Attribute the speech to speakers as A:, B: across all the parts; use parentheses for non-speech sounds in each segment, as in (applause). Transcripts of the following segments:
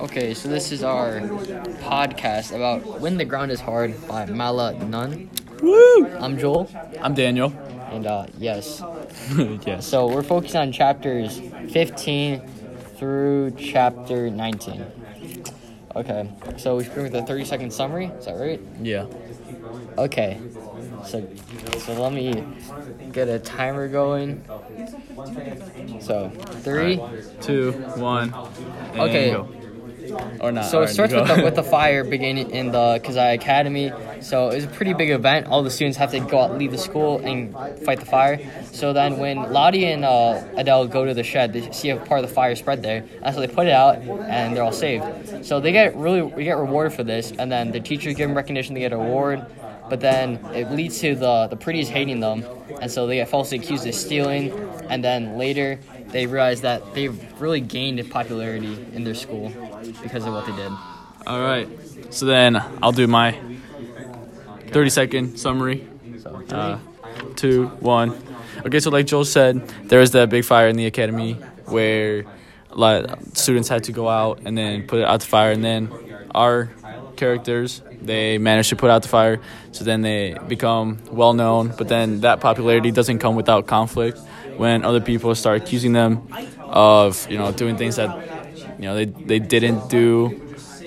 A: Okay, so this is our podcast about When the Ground is Hard by Mala Nun.
B: Woo!
A: I'm Joel,
B: I'm Daniel. (laughs)
A: and uh, yes.
B: yes.
A: So we're focusing on chapters 15 through chapter 19. Okay, so we should bring with a 30 second summary. Is that right?
B: Yeah.
A: Okay, so so let me get a timer going. So three.
B: Two, one. and
A: Okay.
B: go. Or not.
A: So it
B: alright,
A: starts
B: you
A: with
B: go.
A: the, with
B: (laughs)
A: the fire beginning in the Kazai Academy. So it's a pretty big event. All the students have to go out, leave the school, and fight the fire. So then when Lottie and uh, Adele go to the shed, they see a part of the fire spread there. And so they put it out, and they're all saved. So they get really we get rewarded for this, and then the teachers give them recognition. They get an award. But then it leads to the the pretties hating them, and so they get falsely accused of stealing. And then later they realize that they've really gained in popularity in their school because of what they did.
B: All right. So then I'll do my 30 second summary.
A: So
B: Uh, two, one. Okay, so like Joel said, there was that big fire in the academy where a lot of students had to go out and then put out the fire, and then our characters they managed to put out the fire. So then they become well known, but then that popularity doesn't come without conflict. When other people start accusing them of you know doing things that you know they they didn't do,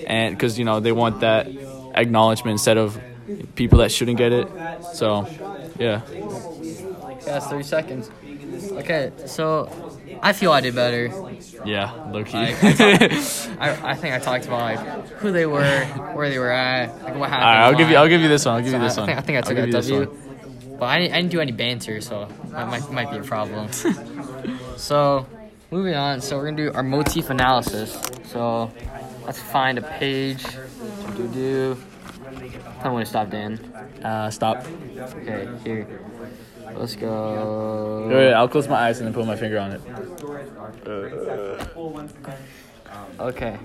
B: and because you know they want that acknowledgement instead of people that shouldn't get it. So, yeah.
A: yeah, that's 30 seconds. Okay, so I feel I did better.
B: Yeah, low key.
A: Like,
B: (laughs)
A: I I, I think I talked about like who they were, where they were at, like what happened.
B: All right, I'll give you.
A: why.
B: I'll give you this one. I'll give
A: So
B: you this
A: I,
B: one.
A: I think, I think I
B: I'll
A: took
B: give
A: a
B: you this
A: W.
B: one.
A: But I didn't, I didn't do any banter, so that might, might be a
B: (laughs)
A: problem. so, moving on. So, we're going to do our motif analysis. So, let's find a page. Do do. Tell me when to stop, Dan.
B: Uh, stop.
A: Okay, here. Let's go.
B: Wait, wait, I'll close my eyes and then put my finger on it.
A: Okay.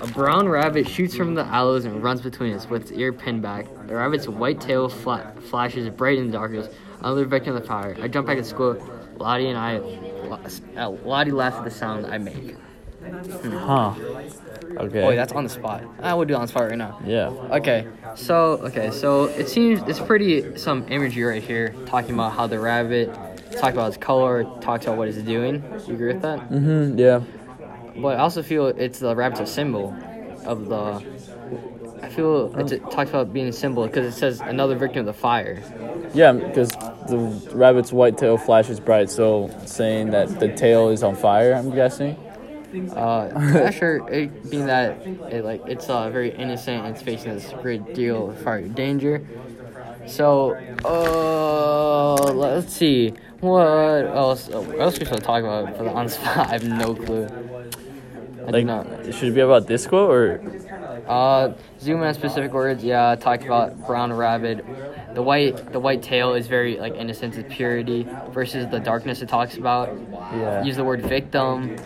A: A brown rabbit shoots from the aloes and runs between us with its ear pinned back. The rabbit's white tail fla- flashes bright in the darkness. Another victim of the fire. I jump back at school. Lottie and I. Lo- uh, Lottie laughs at the sound I make.
B: Huh. Okay.
A: Boy, that's on the spot. I would do it on the spot right now.
B: yeah.
A: Okay, so okay, so it seems it's pretty some imagery right here talking about how the rabbit talks about its color, talks about what it's doing. You agree with that?
B: Mm-hmm. Yeah.
A: But I also feel it's the rabbit's a symbol of the. I feel it's, it talks about being a symbol because it says another victim of the fire.
B: Yeah, because the rabbit's white tail flashes bright, so saying that the tail is on fire. I'm guessing.
A: Uh, I'm not sure, it, being that it like it's uh, very innocent and it's facing this great deal of fire danger. So, uh, let's see what else. Uh, what else we should talk about for the on spot? (laughs) I have no clue. I do
B: Like,
A: not.
B: should it be about this quote or?
A: Uh, zoom in on specific words. Yeah, talk about brown rabbit. The white, the white tail is very like innocence, it's purity versus the darkness it talks about.
B: Yeah.
A: Use the word victim.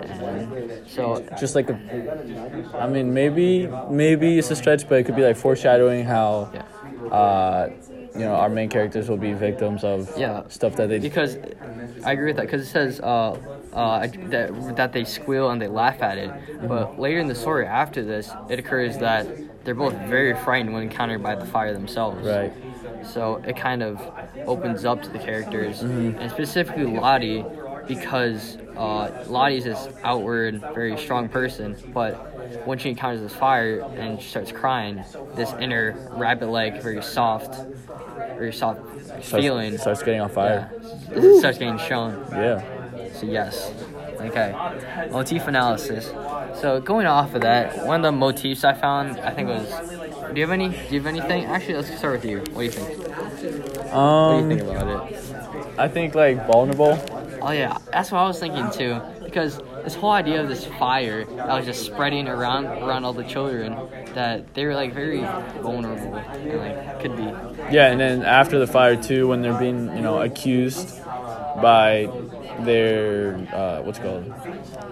A: And so
B: just like a, I mean, maybe maybe it's a stretch, but it could be like foreshadowing how,
A: yeah,
B: uh, you know, our main characters will be victims of
A: Yeah.
B: stuff that they.
A: because I agree with that because it says uh, uh, that that they squeal and they laugh at it. But later in the story, after this, it occurs that they're both very frightened when encountered by the fire themselves.
B: Right.
A: So it kind of opens up to the characters,
B: Mm-hmm.
A: and specifically Lottie, because uh, Lottie's this outward, very strong person, but when she encounters this fire and she starts crying, this inner rabbit-like, very soft, very soft
B: starts,
A: feeling
B: starts getting on
A: yeah,
B: fire.
A: this starts getting shown.
B: Yeah.
A: So yes. Okay. Motif analysis. So going off of that, one of the motifs I found, I think was. Do you have any? Do you have anything? Actually, let's start with you. What do you think? What do you think
B: Um,
A: about it?
B: I think like vulnerable.
A: Oh yeah, that's what I was thinking too. Because this whole idea of this fire that was just spreading around around all the children, that they were like very vulnerable and like could be.
B: Yeah, and then after the fire too, when they're being you know accused by their uh, what's it called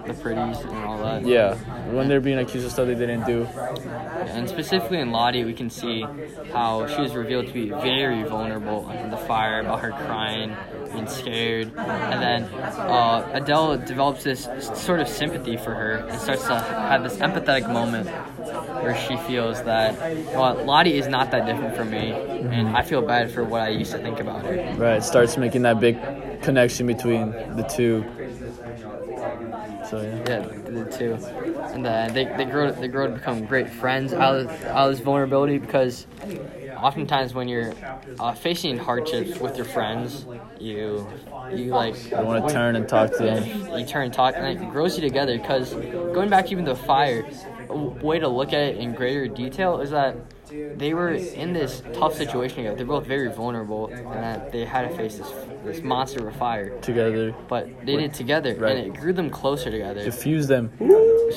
A: The pretties and all that.
B: yeah when they're being accused of stuff they didn't do
A: And specifically in Lottie, we can see how she was revealed to be very vulnerable under the fire about her crying, and scared. And then uh, Adele develops this s- sort of sympathy for her and starts to have this empathetic moment where she feels that, well, Lottie is not that different from me, and I feel bad for what I used to think about her.
B: Right, starts making that big connection between the two. So
A: Yeah,
B: yeah.
A: the two. And then they, they grow they grow to become great friends out of, out of this vulnerability because oftentimes when you're uh, facing hardships with your friends, you you like
B: I want to turn and talk to them.
A: you turn talk and it grows you together because going back even to fire a w- way to look at it in greater detail is that they were in this tough situation together they're both very vulnerable and that they had to face this this monster of fire
B: together,
A: but they did it together
B: Right.
A: and it grew them closer together
B: diffuse them.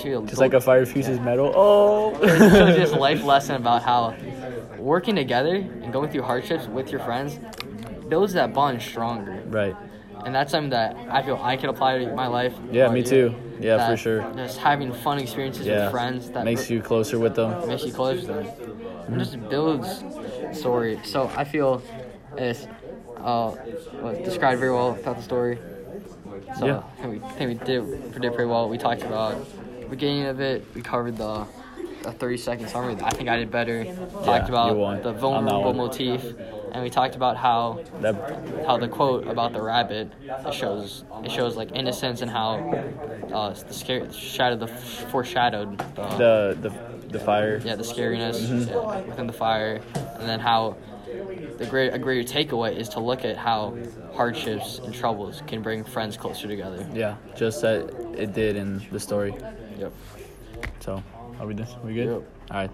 A: Shield.
B: Just like a fire fuses metal. Oh,
A: (laughs) so just life lesson about how working together and going through hardships with your friends builds that bond stronger
B: (laughs) right.
A: and that's something that i feel i can apply to my life
B: Yeah,
A: Uh,
B: me too. Yeah, for
A: that
B: sure.
A: Just having fun experiences
B: Yeah,
A: with friends that
B: makes you closer with them.
A: makes you close to them. It just builds story. So I feel it's uh, well, described very well about the story. So
B: Yeah.
A: Uh, I think we, I think we did, we did pretty well. We talked about the beginning of it. We covered the a 30 second summary. I think I did better. Talked
B: you won
A: about the
B: on that
A: vulnerable
B: one.
A: motif. And we talked about how
B: That
A: how the quote about the rabbit it shows it shows like innocence and how uh, the scare shadow the foreshadowed the,
B: the the the fire.
A: yeah the scariness
B: Mm-hmm.
A: yeah, within the fire and then how the great a greater takeaway is to look at how hardships and troubles can bring friends closer together.
B: Yeah, just that it did in the story.
A: Yep.
B: So, are we done? We good?
A: Yep.
B: All right.